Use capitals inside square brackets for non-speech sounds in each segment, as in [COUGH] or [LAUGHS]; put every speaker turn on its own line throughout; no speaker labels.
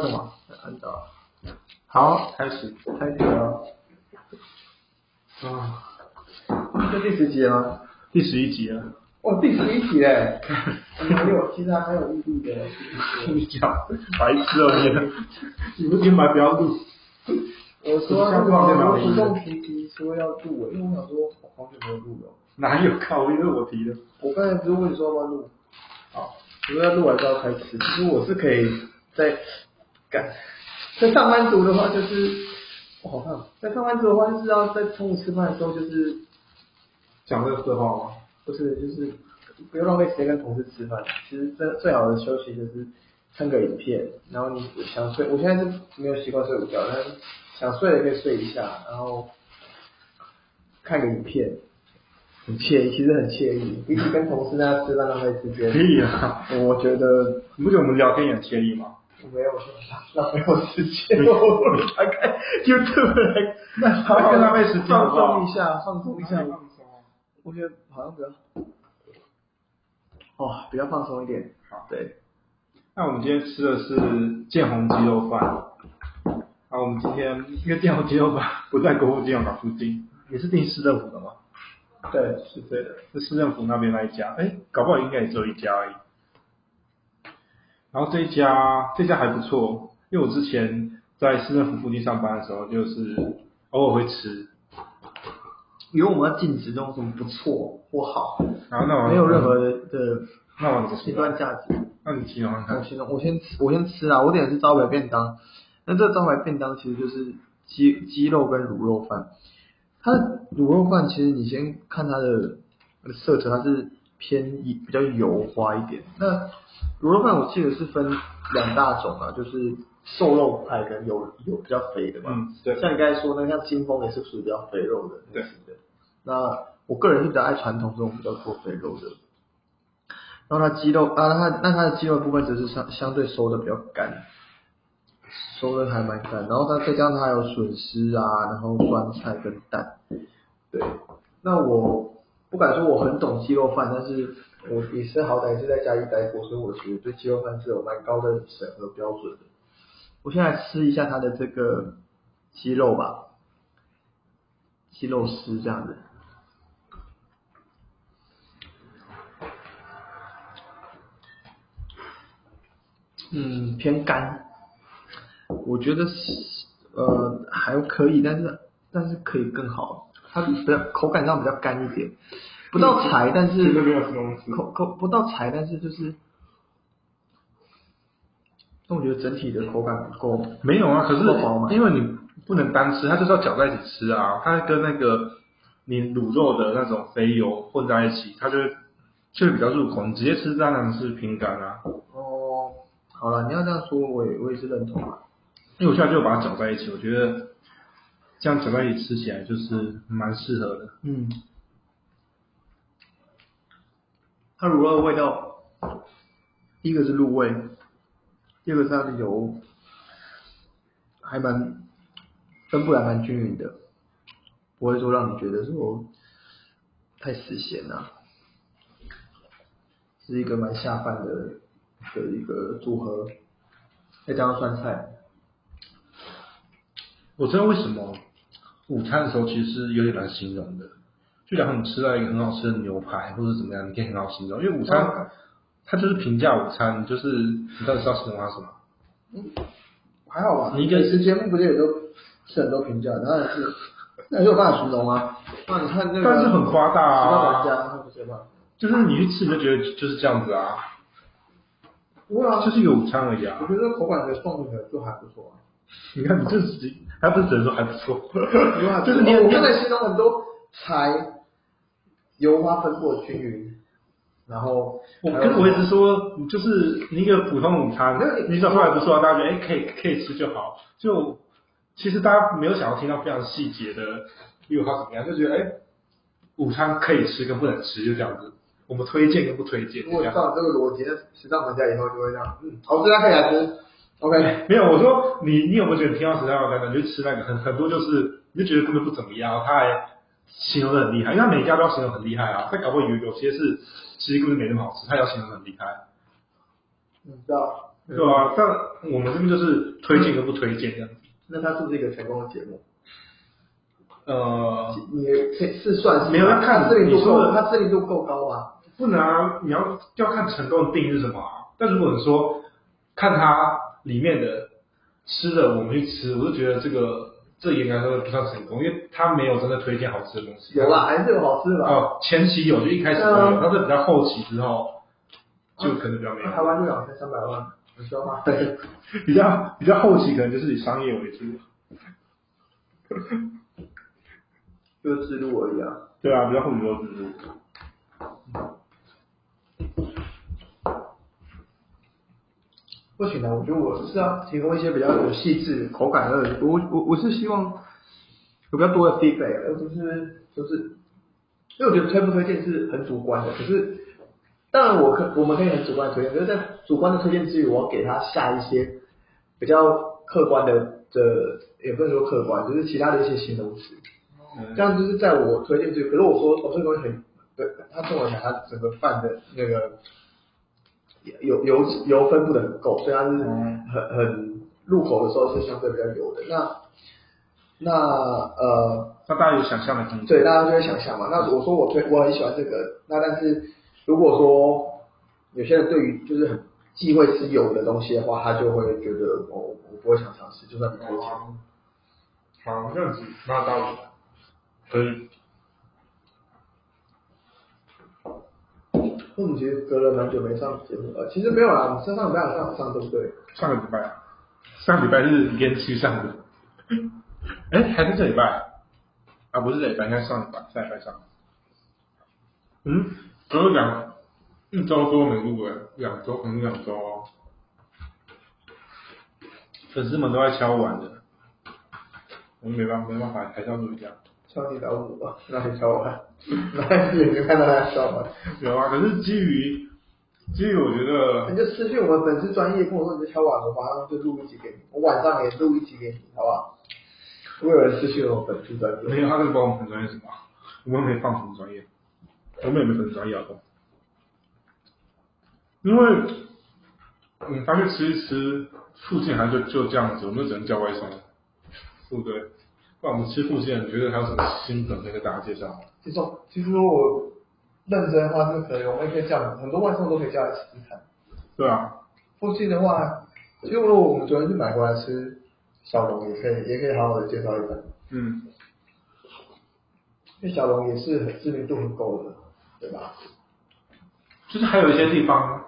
什么？按照，好，
开始，
开始了。啊，这第十集了吗？
第十一集啊了，
哦，第十一集哎，还有，其实还有异地的。
[LAUGHS] 你讲白痴哦啊你，你不听白不要录，
我说那
像挂电
个
脑
我
一样
主动提及说要录诶，因为我想说我好久没有录了。
哪有靠？因为我提的，
我刚才不是问你说要不要录？
好，
我说要录完之后才吃。其实我是可以在干，在上班族的话就是，我好看，在上班族的话就是要在中午吃饭的时候就是
讲这个废话吗？
不是，就是不要浪费时间跟同事吃饭。其实最最好的休息就是看个影片，然后你想睡，我现在是没有习惯睡午觉，但是想睡了可以睡一下，然后看个影片，很惬意，其实很惬意。比起跟同事那样吃饭浪费时
可
间，
以啊，
我觉得
你不觉得我们聊天也很惬意吗？
没有浪费我时间，我打开 YouTube 来，
好好浪费时间
放
好不好
松一下，放松一下。我觉得好像比较，哦，比较放松一点。
好
对，
那我们今天吃的是建宏鸡肉饭，啊，我们今天因为建宏鸡肉饭不在国父纪念馆附近，也是定市政府的嘛，
对，是对的。
是市政府那边那一家，哎，搞不好应该也只有一家而已。然后这一家这家还不错，哦因为我之前在市政府附近上班的时候，就是偶尔会吃，
因为我们要禁止这种什么不错或好，
然后那碗
没有任何的的
那碗怎么
评
说？
断价值。
那你形容看
我
看，
先我先吃，我先吃啊！我点的是招牌便当，那这个招牌便当其实就是鸡鸡肉跟卤肉饭。它的卤肉饭其实你先看它的色泽，它是偏一比较油花一点。那卤肉饭我记得是分两大种啊，就是瘦肉派跟有有比较肥的嘛。
嗯，对，
像你刚才说那个像金峰也是属于比较肥肉的类
对
型的。那我个人是比较爱传统这种比较多肥肉的。然后它鸡肉啊，它那它的鸡肉部分只是相相对收的比较干，收的还蛮干。然后它再加上它还有笋丝啊，然后酸菜跟蛋。对，那我不敢说我很懂鸡肉饭，但是我也是好歹是在家里待过，所以我觉得对鸡肉饭是有蛮高的审核标准的。我现在吃一下它的这个鸡肉吧，鸡肉丝这样子。嗯，偏干，我觉得是呃还可以，但是但是可以更好，它比较口感上比较干一点，不到柴，但是
绝嗯对没有吃东西。
口口不到柴，但是就是，但我觉得整体的口感不够。
没有啊，可是
不饱满
因为你不能单吃，它就是要搅在一起吃啊。它跟那个你卤肉的那种肥油混在一起，它就会就会比较入口。你直接吃当然是平感啊，
哦，好了，你要这样说，我也我也是认同啊。
因为我现在就把它搅在一起，我觉得这样搅在一起吃起来就是蛮适合的。
嗯，它卤肉的味道，第一个是入味，第二个是它的油，还蛮分布还蛮均匀的，不会说让你觉得说太死咸了、是一个蛮下饭的的一个组合，再加上酸菜，
我知道为什么午餐的时候其实是有点难形容的，就假如你吃到一个很好吃的牛排或者怎么样，你可以很好形容，因为午餐、
嗯
它就是评价午餐，就是你到底是要形容它什么。
还好吧？
你一个
美食节目不是也都是很多评价，当然是， [LAUGHS] 那有办法形容啊。那你看这个，
但是很夸大啊
十八家，那不是吗？
就是你去吃你就觉得就是这样子啊，
不会啊，
就是一个午餐而已啊
我。觉得口感的送的就还不错啊。
你看你这是还不是只能说还不错，就是你
啊我我
很
刚才形容很多柴、油花分布的均匀，然后
我
还有
跟我一直说，你就是你一个普通午餐
没有，你
你找出来不错啊，大家觉得哎可以可以吃就好。就其实大家没有想要听到非常细节的，例如它怎么样，就觉得哎午餐可以吃跟不能吃就这样子。我们推荐跟不推荐
如果
这样。
照你这个逻辑，那时尚玩家以后就会这样，嗯，好吃，大家可以来吃，OK。
没有，我说你你有没有觉得听到十三号感觉就吃那个很很多就是你就觉得根本不怎么样，他还形容的很厉害，因为他每一家都要形容很厉害啊，他搞不好有有些是其实根本没那么好吃，他也要形容得很厉害。
嗯你知道，
对吧、但我们这边就是推荐跟不推荐这样子。
那它是不是一个成功的节目？
呃，
你是是算是
没有要看
知名
你
度
说
够，
的
它知名度够高吧？
不能啊，你要要看成功的定义是什么啊。但如果你说看它里面的吃的，我们去吃，我就觉得这个这严格来说不算成功，因为它没有真的推荐好吃的东西。啊
有啦，啊还是有好吃吧？
哦，前期有就一开始会
对
有，
啊
但是比较后期之后就可能比较没有。
台湾就两千三百万，你知道吗？
对，比较比较后期可能就是以商业为主，
就是自录而已啊。
对啊，比较后期多蜘蛛。
不行啊，我觉得我是要提供一些比较有细致口感的，我我我是希望有比较多的 feedback，而不是就是，因为我觉得推不推荐是很主观的，可是当然我可我们可以很主观的推荐，可是在主观的推荐之余，我要给他下一些比较客观的的，也不能说客观，就是其他的一些形容词。这样就是在我推荐这个，可是我说哦，这个东西很，对，它跟我讲它整个饭的那个油油油分布的很够，所以它是
嗯
很很入口的时候是相对比较油的。那那呃，
那大家有想象的空间。
对，大家就会想象嘛。那我说我推我很喜欢这个，那但是如果说有些人对于就是很忌讳吃油的东西的话，他就会觉得哦，我我不会想尝试，就算你推荐。
好，这样子那道理可以。
那我们其实隔了蛮久没上节目呃了，其实没有啦，我们上上礼拜有上上对不对？
上个礼拜，啊上个礼拜是连续上的，哎、还是这礼拜啊？不是这礼拜，应该上礼拜，下礼拜上。嗯，隔了两一周多没录了，两周可能两周哦。粉丝们都在敲碗的，我们没办法，没办法，还是要录一下。
敲你老五吧，那你敲完， [LAUGHS] 那你就看到他敲完，
有啊，可是基于基于我觉得
你就私讯我们粉丝专业跟我说你就敲完，我马上就录一集给你，我晚上也录一集给你，好不好？如果有人私讯我们粉丝专业，
没有，他是把我们分专业什么？我们没放什么专业，我们也没分专业好不好因为嗯，发现吃一吃，附近还就就这样子，我们就只能叫外送，对不对？不然我们吃附近，你觉得还有什么新梗可以跟大家介绍吗？
其实我其实如果认真的话是可以，我们也可以这样，很多外送都可以叫来吃吃看。
对啊，
附近的话，其实如果我们昨天去买过来吃小龙，也可以也可以好好的介绍一下。
嗯，
因为小龙也是很知名度很够的，对吧？
就是还有一些地方，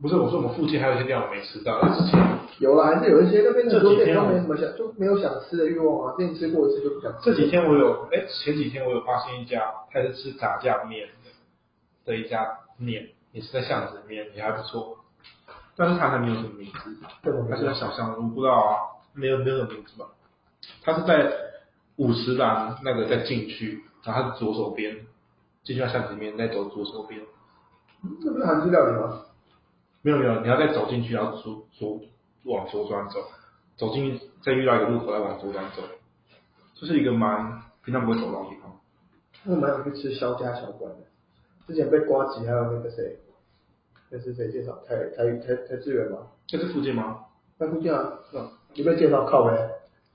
不是我说我们附近还有一些地方我没吃到，但之前
有啦，还是有一些那边的
这
酒
几
店
天啊
都
我
没什么想，就没有想吃的欲望啊。之前吃过一次就不想吃。
这几天我有，哎，前几天我有发现一家，它是吃炸酱面的的一家面，也是在巷子里面，也还不错，但是它还没有什么名字，
这种
它是在小巷，我不知道啊，没有没有什么名字吧？它是在五十栏那个在进去，然后它是左手边，进去到巷子里面再走左手边，
这不是韩式料理吗？
没有没有，你要再走进去，然后左左往左转走，走进去再遇到一个路口，再往左转走，这是一个蛮平常不会走到的地方。
我蛮想去吃肖家小馆的，之前被瓜吉还有那个谁，那是谁介绍？台台台台志远吗？
在这附近吗？
那附近啊，嗯你被介绍靠呗，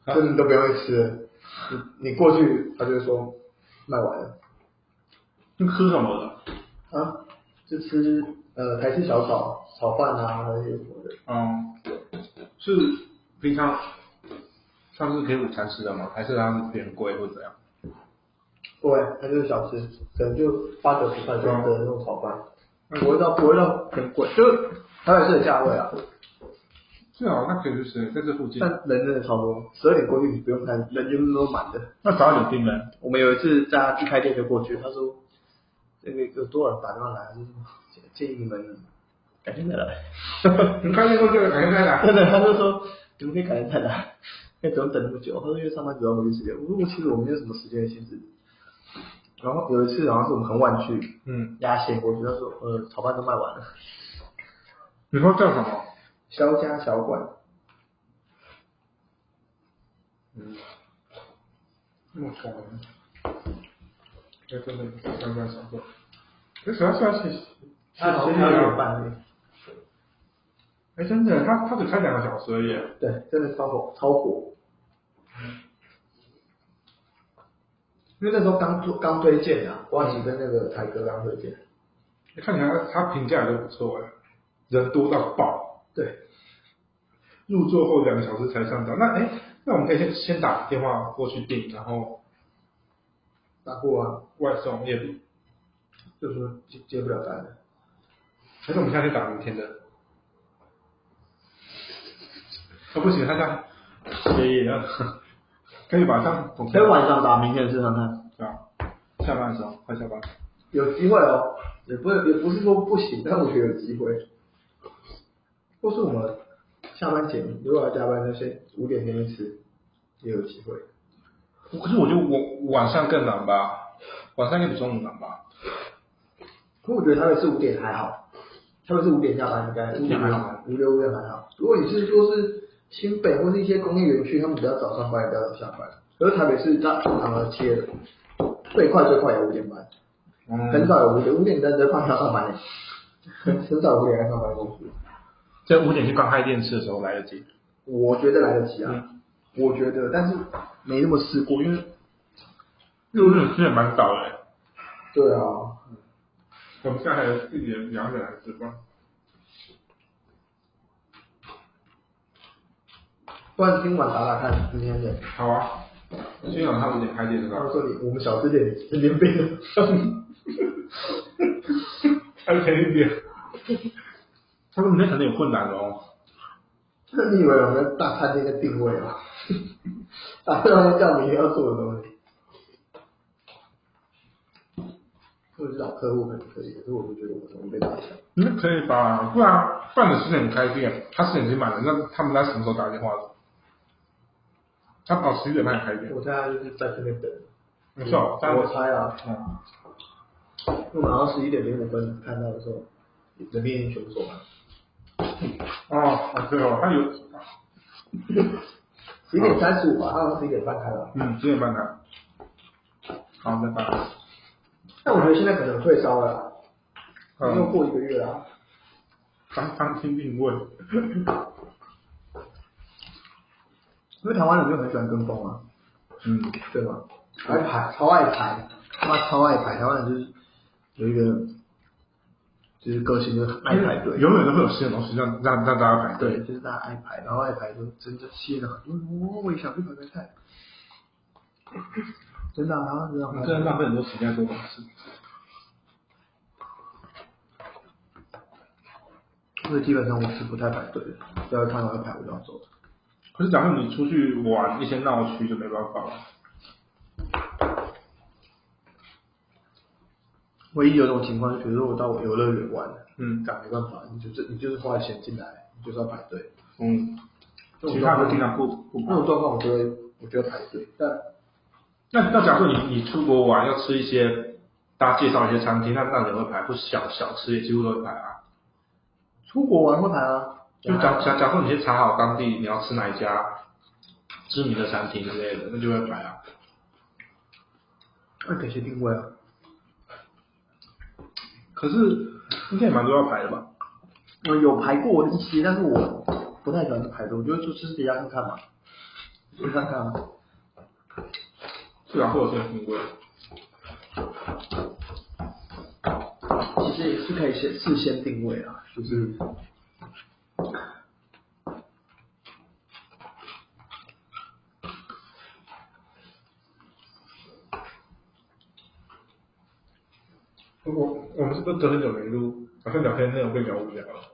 啊
真的都不要去吃了，你你过去他就会说卖完了
那吃什么的？
啊，就吃呃台式小炒炒饭啊还是什么的，
嗯，是平常上次给午餐吃的吗？还是它是变贵或怎样？
对，它就是小吃，可能就八九十块钱的那种炒饭，嗯不会到不会到很贵，就是台北市的价位啊，
最好那可以去吃，在这附近
但人真的超多，十二点过去你不用看，人就是都满的。
那早点订呗。
我们有一次在他一开店就过去，他说那个有多少人打电话来，啊就是建议你们改天再来， [LAUGHS]
你看见过这个感觉在哪？
真的，他就说你们可以改天再来，可以不用等那么久，他说因为上班主要没时间，我说其实我没有什么时间的限制。然后有一次好像是我们很晚去，
嗯，
压线过去，他说呃炒饭都卖完了，
你说叫什么？
肖家小馆，
嗯，那么爽。哎，真的三三小做。那主要是要去，
他
去
好
去
像有
那个
办
哎，真的，他他只开两个小时而已。
对，真的超火，超火。因为那时候刚做刚推荐啊，瓜吉跟那个台哥刚推荐，
看起来他评价也都不错哎，人多到爆，
对，
入座后两个小时才上场。那哎，那我们可以先先打电话过去订，然后
打过啊，
外送也不，
就是接接不了单的。
还是我们现在打明天的？哦，不行，他家爷爷要，啊可以晚上总
可以晚上打明天试看看，
对吧？啊下班的时候，快下班。
有机会哦，也不也不是说不行，但我觉得有机会。或是我们下班前如果要加班，就先五点前去吃，也有机会。
可是我觉得我晚上更难吧，晚上应该比中午难吧？
可我觉得台北是五点还好，台北是五点下班应该
五点还好，
五六点还好。如果你是说是新北或是一些工业园区，他们比较早上班，也比较早下班。可是台北是它正常的七点，最快最快也五点半，
嗯
很少有五点五点在在放假上班的，很很少有五点在上班公司。
在五点去刚开电视的时候来得及。
我觉得来得及啊，我觉得，但是没那么试过，因为
六日其实也蛮早的欸，
对啊，
我们现在还有自己人两点来值班。
不然今晚打打看，明天的。
好啊，今晚他五点开店是吧
然？
[LAUGHS]
后说你我们小吃店神经病，
开便一点。他说明天可能有困难哦。
那你以为我们大餐厅的定位啊？ [LAUGHS] 大餐厅叫明天要做的东西，或者是老客户可能可以，可是我就觉得我们容易被打枪。
那可以吧？不然不然你十点开店，他十点已经满了，那他们那什么时候打电话的？他哦十一点半开店，
我现在就是在这边等，
没错，但
我猜啊，
嗯，
因为马上十一点零五分看到的时候，人面英雄说嘛，
哦啊对哦，他有
十一点三十五吧，他好像十一点半开了。
嗯十点半开，好拜拜，
但我觉得现在可能退烧了啦，因为
嗯，
过一个月啦。
当当心定位，
因为台湾人就很喜欢跟风啊，
嗯。
对吗？爱排，超爱排，他妈超爱排。台湾人就是有一个，就是个性就是爱排队，
永远都会有新的东西让让让大家排队。
对，就是大家爱排，然后爱排就真的吸引了很多人。我我也想去排排看，真的、啊，然后就让
你真的浪费很多时间做东西。
所以基本上我是不太排队的，只要看到要排我就要走。
可是假如你出去玩一些闹区就没办法了。
唯一有种情况，就比如说我到我游乐园玩，
嗯
但没办法，你就是你就是花钱进来，你就是要排队。
嗯，
这种
其他
状
的
况
地方不不
那种状况，我就会我就会排队。但
那那假如你你出国玩要吃一些，大家介绍一些餐厅，那那人会排，或小小吃也几乎都会排啊。
出国玩会排啊，
就假假假如你先查好当地你要吃哪一家知名的餐厅之类的，那就会排啊。
那给谁定位啊？
可是应该也蛮多要排的吧？
我有排过一些，但是我不太喜欢排队，我觉得就吃别家看看嘛，去看看啊。
对啊，或者是很贵。
其实也是可以先事先定位啊，就是
我我们是不是隔很久没录？好像聊天内容被聊无聊了。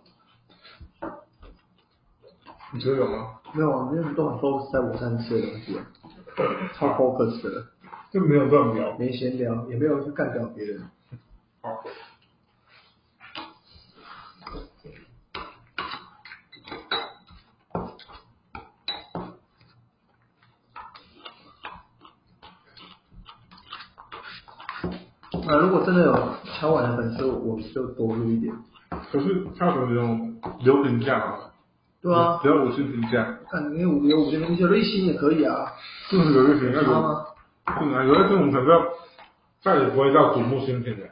你觉得有吗？
没有啊，因为都很 focus 在我上次吃的东西啊，超 focus 的，
就没有乱聊。
没闲聊，也没有去干掉别人。
好。
啊，如果真的有敲碗的粉丝，我就多录一点。
可是他有什么这种留评价啊？
对啊，
只要五星评价，
看你有有我这边有一星也可以啊，
就是有就行，那
知道
有
吗？
对啊，有的这种可能要再也不会到瞩目新品的。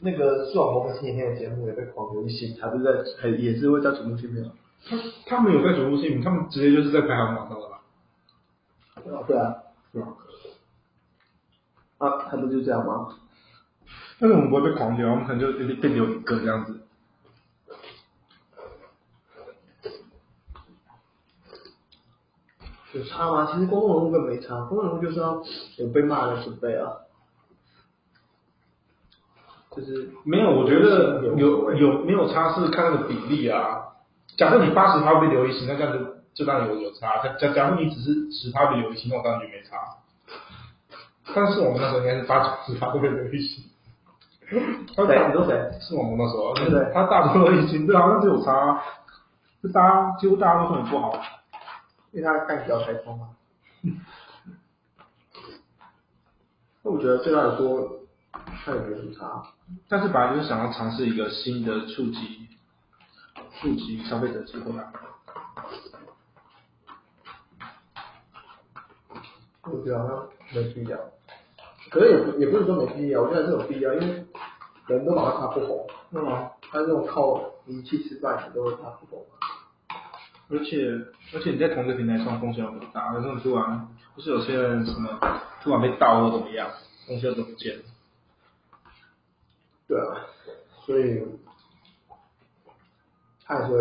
那个视网膜跟星期天的节目也被狂流一些，他是在还也是会在瞩目新片啊。
他他们有在瞩目新品，他们直接就是在排行榜上的吧？
对啊对啊，
是吧？
啊，他不就这样吗？
但是我们不会被狂流，我们可能就被留一个这样子。
有差吗？其实公众人物跟没差，公众人物就是要有被骂的准备啊，就是
没有，我觉得
有
有有没有差是看那个比例啊。假设你八十趴被刘一行，那这样就就当然有有差。假假假如你只是十趴被刘一行，那我当然就没差。但是我们那时候应该是八九十趴都被刘一行。他
谁
大
你说谁？
是我们那时候，
对对
他大多刘一行，对啊，那就有差啊。就大家几乎大家都说你不好，
因为他干比较开通 [LAUGHS] 嘛。那我觉得对他来说，他也没什么差。
但是本来就是想要尝试一个新的触及触及消费者机会啊。
我觉得好像没必要，可是也不也不是说没必要，我觉得是有必要，因为人都老怕不红，嗯
对啊，
他这种靠名气吃饭的都会怕不红。
而且而且你在同一个平台上风险很大，有时候你突然不是有些人什么突然被盗或怎么样，东西又都不见了。
对啊，所以他也说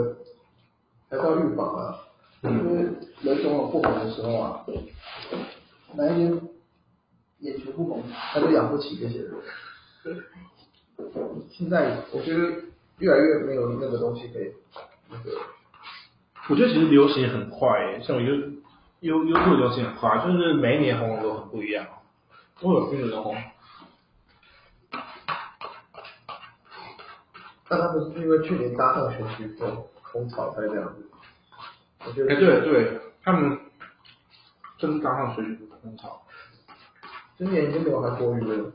还是要预防啊，因为人总有不红的时候啊，哪一天眼球不红，他就养不起这些人。现在我觉得越来越没有那个东西可以那个，
我觉得其实流行很快、欸，像我 U U U 酷流行很快，就是每一年红的都很不一样，啊都有新的人红。哎
但他们是因为去年搭上选举风风潮才这样子。我觉
哎、
得
对对，他们真搭上水准的风潮。
今年已经没有韩国瑜了，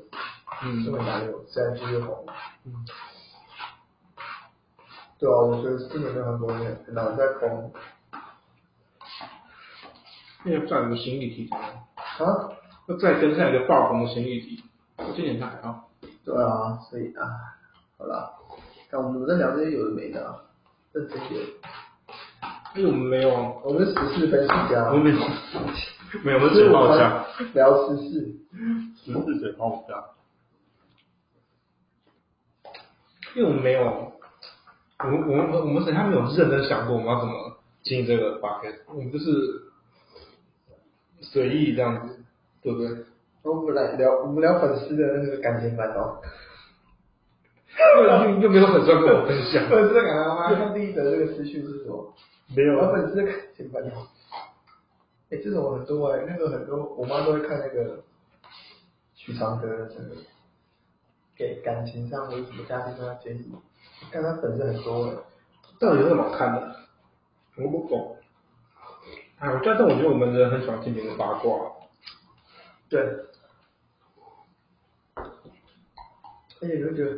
嗯
这么难有，现在继续红。对啊，我觉得今年没有韩国瑜，很难再红
那要再有个新议题，
啊。
要再跟上一个爆红的新议题，今年才好。
对啊，所以啊，好啦，看我们在聊这些有的没的、啊，认真点。
哎、我们没有，
我们是时事分析家
我，们没有， [LAUGHS] 没有，我们
就是
嘴
我
炮
们
家，
聊时事。
只是嘴炮家。因为我们没有，我们我们我们好像没有认真想过我们要怎么经营这个 p o c a s t 我们就是随意这样子，对不对？
我们来聊，我们聊粉丝的那个感情烦恼。
又又没有很专跟我分 [LAUGHS] 享，
粉丝的感情烦恼，看第一则这个资讯是什么？
没有
聊粉丝的感情烦恼。哎、这种很多哎、那个很多，我妈都会看那个许常德的那个，给感情上或者什么家庭上的建议，看他粉丝很多哎、
到底有什么好看的？我不懂。哎，我但是我觉得我们人很喜欢听别人八卦，
对，而且你会觉得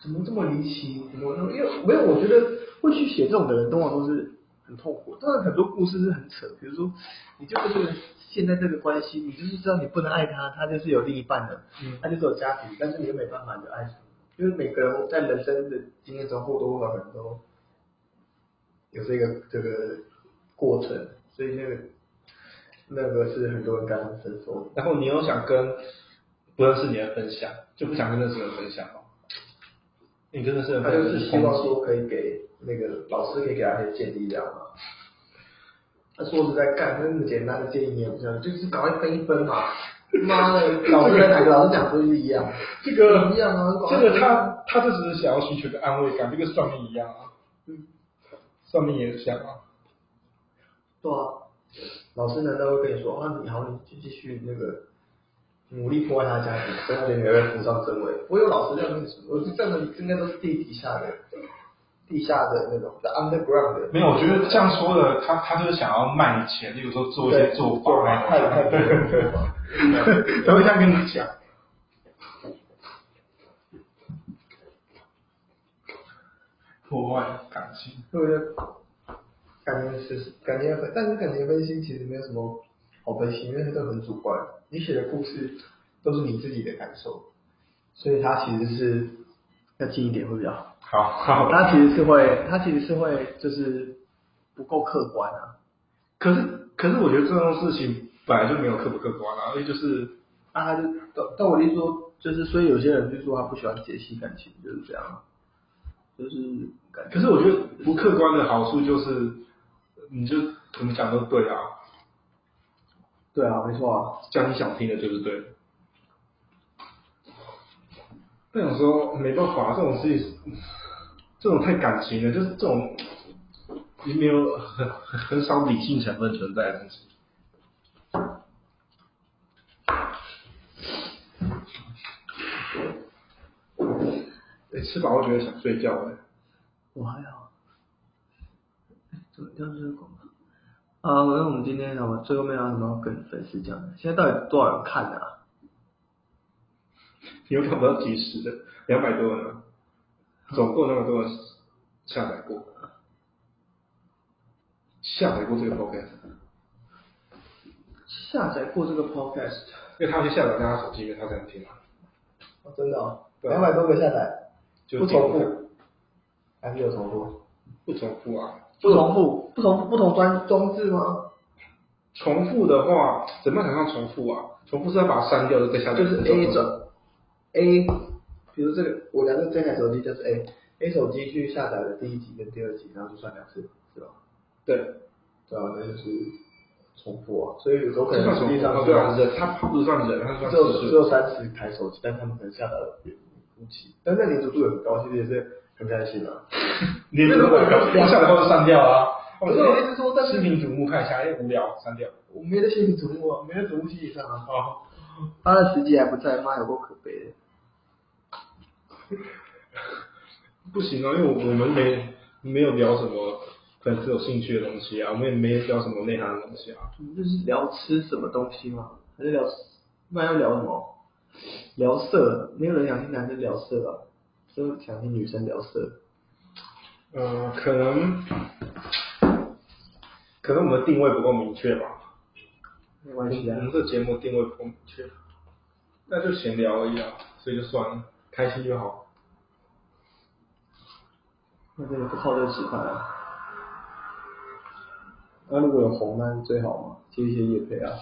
怎么这么离奇？怎么那么？因为没有，我觉得会去写这种的人，通常都是很痛苦。当然，很多故事是很扯，比如说你就跟这个人现在这个关系，你就是知道你不能爱他，他就是有另一半的，
嗯
他就是有家庭，但是你又没办法你就爱他，因为每个人在人生的经验中或多或少可能都有这个这个过程，所以那个那个是很多人感同身受的。
然后你又想跟不认识你的人分享，就不想跟认识的人分享哦。你跟认识的人
他
分享
就是
是
希望
冲击
说可以给那个老师可以给他一些建议，这样嘛。那说实在干，那么简单的建议你也不想，就是赶快分一分嘛。妈的，老师跟哪个老师讲都是一样，
这个
一样啊。
这个他他就只是想要寻求个安慰感，就跟算命一样啊。算命也想啊，
对啊，老师难道会跟你说啊，你好，你继续那个努力破坏他的家庭，所以他的女儿会浮上正位？我有老师这样跟你说，我是这样的，应该都是地底下的，地下的那种在 underground 的。
没有，我觉得这样说的，他他就是想要卖你钱，例如说做一些做法啊，
太太多了。
他会这样跟你讲。破坏感情，
所以我觉得感情是感情分，但是感情分析其实没有什么好分析，因为它都很主观。你写的故事都是你自己的感受，所以它其实是要近一点会比较好。
好好，
它其实是会，它其实是会就是不够客观啊。
可是可是我觉得这种事情本来就没有客不客观啊，因为就是
啊，它就但但我的意思说，就是所以有些人就说他不喜欢解析感情，就是这样，啊就是感
可
觉
是我觉得不客观的好处就是，你就怎么讲都对啊，
对啊，没错啊，
讲你想听的就是对的。那种说没办法，这种事情，这种太感情了，就是这种也没有很很很少理性成分存在的东西。欸吃饱我觉得想睡觉了。
我还好。怎么掉这个广告？啊，反正我们今天什么最后面还有什么要跟粉丝讲的？现在到底多少人看的啊？
你又看不到及时的，两百多人、啊，总共那么多人下载过，下载过这个 podcast，
下载过这个 podcast，、
因为他们去下载在他手机，因为他才能听啊。
哦、真的、哦，
对啊
两百多个下载，
就
不重
点
复，还是有重复？
不重复啊，
不重复，不同不同装装置吗？
重复的话怎么样才算重复啊？重复是要把它删掉的再下载，
就是 A 转 A，比如这个我拿这这台手机就是 A，A 手机去下载了第一集跟第二集，然后就算两次，是吧？
对，
对啊，那就是重复啊，所以有时候可
这算
能实
重
际
复
上
啊，对啊，人他他不算人，他算
只有
指
只
数。
有三十台手机，但他们可能下载了五集，但那你读度也很高，其实也是很开心啊。
你这个我下载后就删掉啊，
不是我一直说但是
视频瞩目看一下，因为无聊删掉。
我没在心里瞩目啊，没在瞩目心理上啊。
哦，
他的时机还不在，妈有够可悲的。
不行啊，因为我我们没没有聊什么粉丝有兴趣的东西啊，我们也没聊什么内涵的东西啊。
我们就是聊吃什么东西嘛，还是聊，不然要聊什么？聊色，没有人想听男生聊色啊，就想听女生聊色。
呃，可能可能我们定位不够明确吧，
没
我
关系啊
们，这节目定位不够明确，那就闲聊而已啊，所以就算了，开心就好。
那真的不靠这个吃饭啊。那、如果有红，那是最好嘛，接一些夜配啊，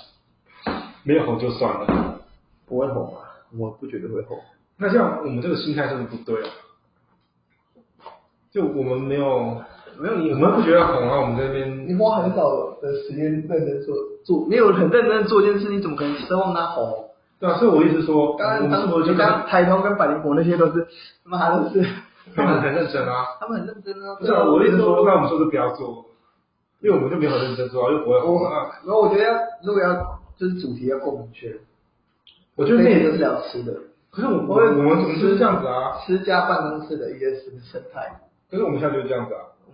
没有红就算了，
不会红啊，我不觉得会红。
那这样我们这个心态真的不对啊。就我们没有没有，我们不觉得红啊，我们这边
你花很少的时间认真做做，没有很认真地做一件事，你怎么可能奢望它红？
对啊，所以我一直说，
刚
我
刚
们
当
是不是就
时
跟
刚台通跟百灵果那些都是，妈都是， [LAUGHS]
他们很认真啊。
他们很认真啊。
不是、啊，我的意思说，那我们说是不要做，因为我们就没有很认真做，又不会啊
我
红。那
然后我觉得要如果要就是主题要够明确，
[LAUGHS] 我觉得
这
那
一集
也
就是聊吃的，
可是我们我们我们就是这样子啊，
吃家办公室的一些生生态，
可是我们现在就是这样子啊。
嗯，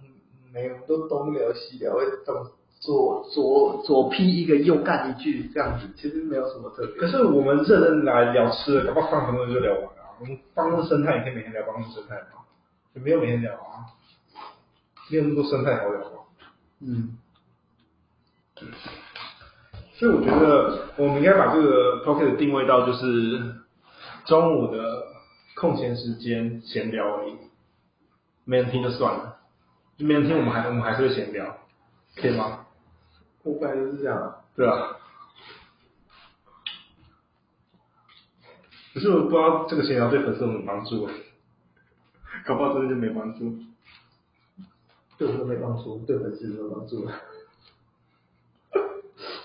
没有都东聊西聊，会东左左左批一个右干一句这样子，其实没有什么特
可
别。
是我们认真来聊吃的，搞不好上很多人就聊完了、啊。我们办公室生态也可以每天聊办公室生态嘛，也没有每天聊啊，没有那么多生态好聊啊嘛。
嗯，
所以我觉得我们应该把这个 p o c k e t 定位到就是中午的空闲时间闲聊而已，没人听就算了，没人听我们还我们还是会闲聊，可以吗？
我本来就是这样啊。
对啊。可是我不知道这个闲聊对粉丝有没有帮助，搞不好真的就没帮助。
对我都没帮助，对粉丝没有帮助。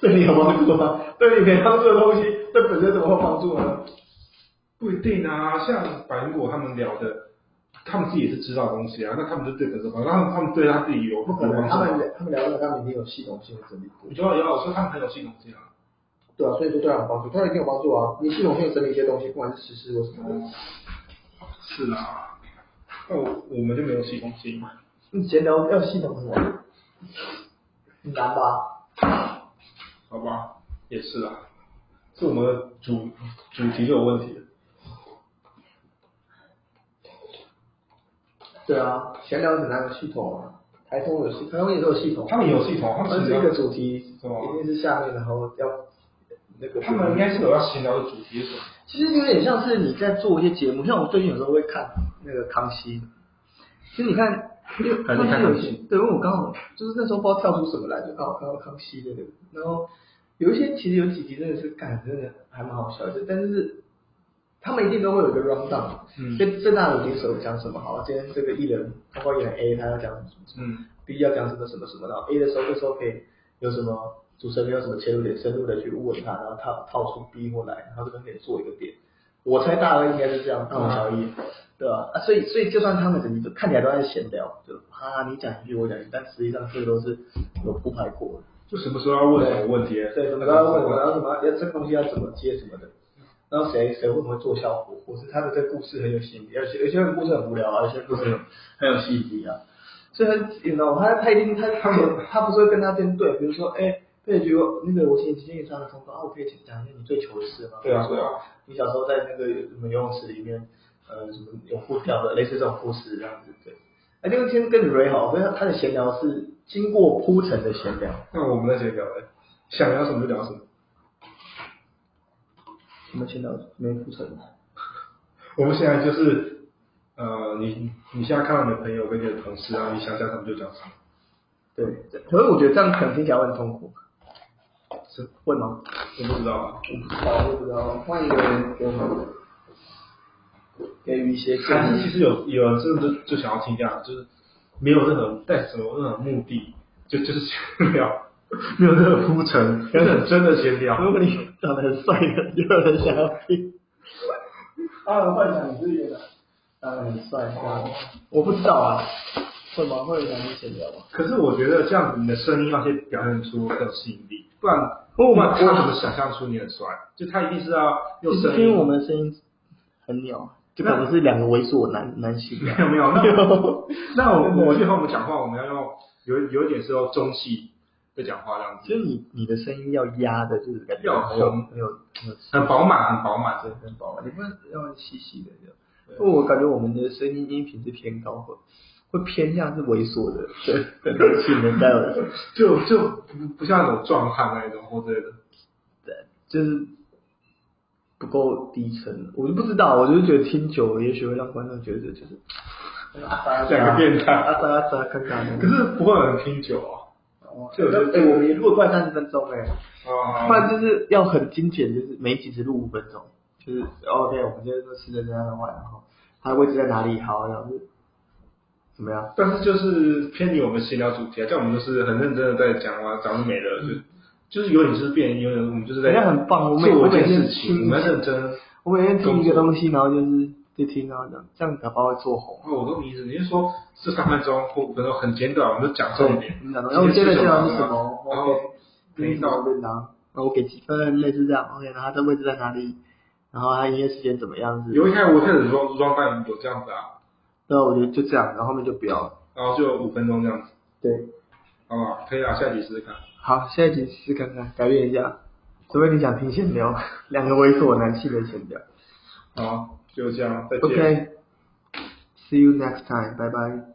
对你有帮助吗？对你没帮助的东西，对本身怎么会帮助呢？不一定啊，像百灵果他们聊的，他们自己也是知道的东西啊，那他们就对本身有帮助，他们他们对他自己有有
不
帮
可能，他们
助。
聊他们聊的他们一定有系统性的整理过
你，说有啊，我说他们很有系统性啊，
对啊，所以说对他有帮助，当然一定有帮助啊。你系统性地整理一些东西，不管是实施或什么的，
是啊，那我我们就没有系统性嘛。
你闲聊要系统什么？很难吧？
好吧，也是啊，是我们的主主题就有问题了。
对啊，闲聊很难有系统啊。台通有系，台通也是有系统，
他们有系统，他
但
们
是
是
一个主题
是吗
一定是下面，然后要那个。
他们应该是有要闲聊的主题是什么？
其实有点像是你在做一些节目，像我最近有时候会看那个康熙。其实你看，因为
还
康
是看
熙有
康
一些
熙
对，因为我刚好就是那时候不知道跳出什么来，就刚好看到康熙的那个，然后有一些其实有几集真的是感真的还蛮好笑的，但是他们一定都会有一个 round down，
嗯
这这那有精手讲什么好，今天这个艺人包括演 A 他要讲什么什么。
嗯
B 要讲什么什么什么，然后 A 的时候这时候可以有什么主持人有什么切入点，深入的去问他，然后套套出 B 过来，然后这边可以做一个点。我猜大概应该是这样，大同小异，对吧、啊？所以所以就算他们整体看起来都在闲聊，就啊你讲一句我讲一句，但实际上这个都是有铺排过的。
就什么时候要问什么问题？
对，什么都要问，然后什么要这个东西要怎么接什么的，然后谁谁为什么会做效果，或是他的这个故事很有吸引力，有些有些人故事很无聊啊，有些故事很有吸引力啊，所以他你知道吗？他他一定他他他不是会跟他编队，比如说哎。对，比如那个我请今天上的通告啊，我可以讲一下你最糗的事吗？
对啊
比如说
对啊
你小时候在那个什么游泳池里面，呃，什么有互跳的，类似这种故事这样子，对。哎，这个今天跟你 r 好，所以他他的闲聊是经过铺陈的闲聊，
那我们那些聊的，想聊什么就聊什么。
我们闲聊没铺陈的。
我们现在就是，呃，你你现在看到你的朋友跟你的同事啊，你想讲什么就讲什么。
对，这可是我觉得这样可能听起来会很痛苦，
是，
会吗？
我不知道啊。
我不知道，我不知道，换一个人给我们给予一些
还
建
是
议
其。实有有人真的就想要听这样，就是没有任何带什么任何目的，就就是闲聊，没有任何铺陈，但是很真的闲聊。
如果你长得很帅的，有没有人想要听？啊，我幻想你是觉得长得很帅，哦、我不知道啊，会吗？会有男生闲聊吗？
可是我觉得这样你的声音要先表现出更有吸引力，不然
不哦我
不然
我
他怎么想象出你很帅？就他一定是要用
其
声
实因为我
音。
们声音很鸟，就可能是两个猥琐男男性
没
啊。
有没有，那
[LAUGHS]
我那
真的
我我去和我们讲话，我们要用有有一点是要中气的讲话这样
就
子，
是你你的声音要压的，就是感觉
要
很有
红
很有很有
很饱满很饱满。
对，很饱啊满，你不能要细细的这样。不过我感觉我们的声音音频是偏高，会会偏向是猥琐的，对，对性能带有的，
就就不不像那种壮汉那一种或之类的。
对就是不够低沉。我就不知道，我就觉得听久了，也许会让观众觉得就是
两个变态
啊阿扎阿扎啊看看。
可是不会有人听久啊。
哦，
这有些
哎、我们也录了快三十分钟哎、
啊
不然就是要很精简，就是每一集只录五分钟，就是哦 OK，我们今天就吃的这样的话，然后它的位置在哪里？好，然后就怎么样？
但是就是偏离我们闲聊主题啊，像我们就是很认真的在讲完，讲就没了，就就是有点就是变，有点我们就是在
嗯好像很棒我每
做一
我每
件
天
事
听
情，我们在认真。
我每天听一个东西，然后就是就听，然后这样这样搞不好会做红。
哦，我懂你意思，你是说这三分钟或五分钟很简短，我们就讲重点
对，我们讲重嗯点然后接着介绍是什么
啊然后
OK
领导
便当，然后我给几分，类似这样。OK，然后它的位置在哪里？然后它营业时间怎么样子？
有一开始我一开始装装扮有这样子啊，
对，我觉得就这样，然后后面就不要了。
然后就有五分钟这样子，
对，
好不好？可以啊，下集试试看。
好，下一集试试看看，改变一下。除非你想听闲聊，两个猥琐男性的闲聊。
好，就这样，再见。
OK，see、you next time，拜拜。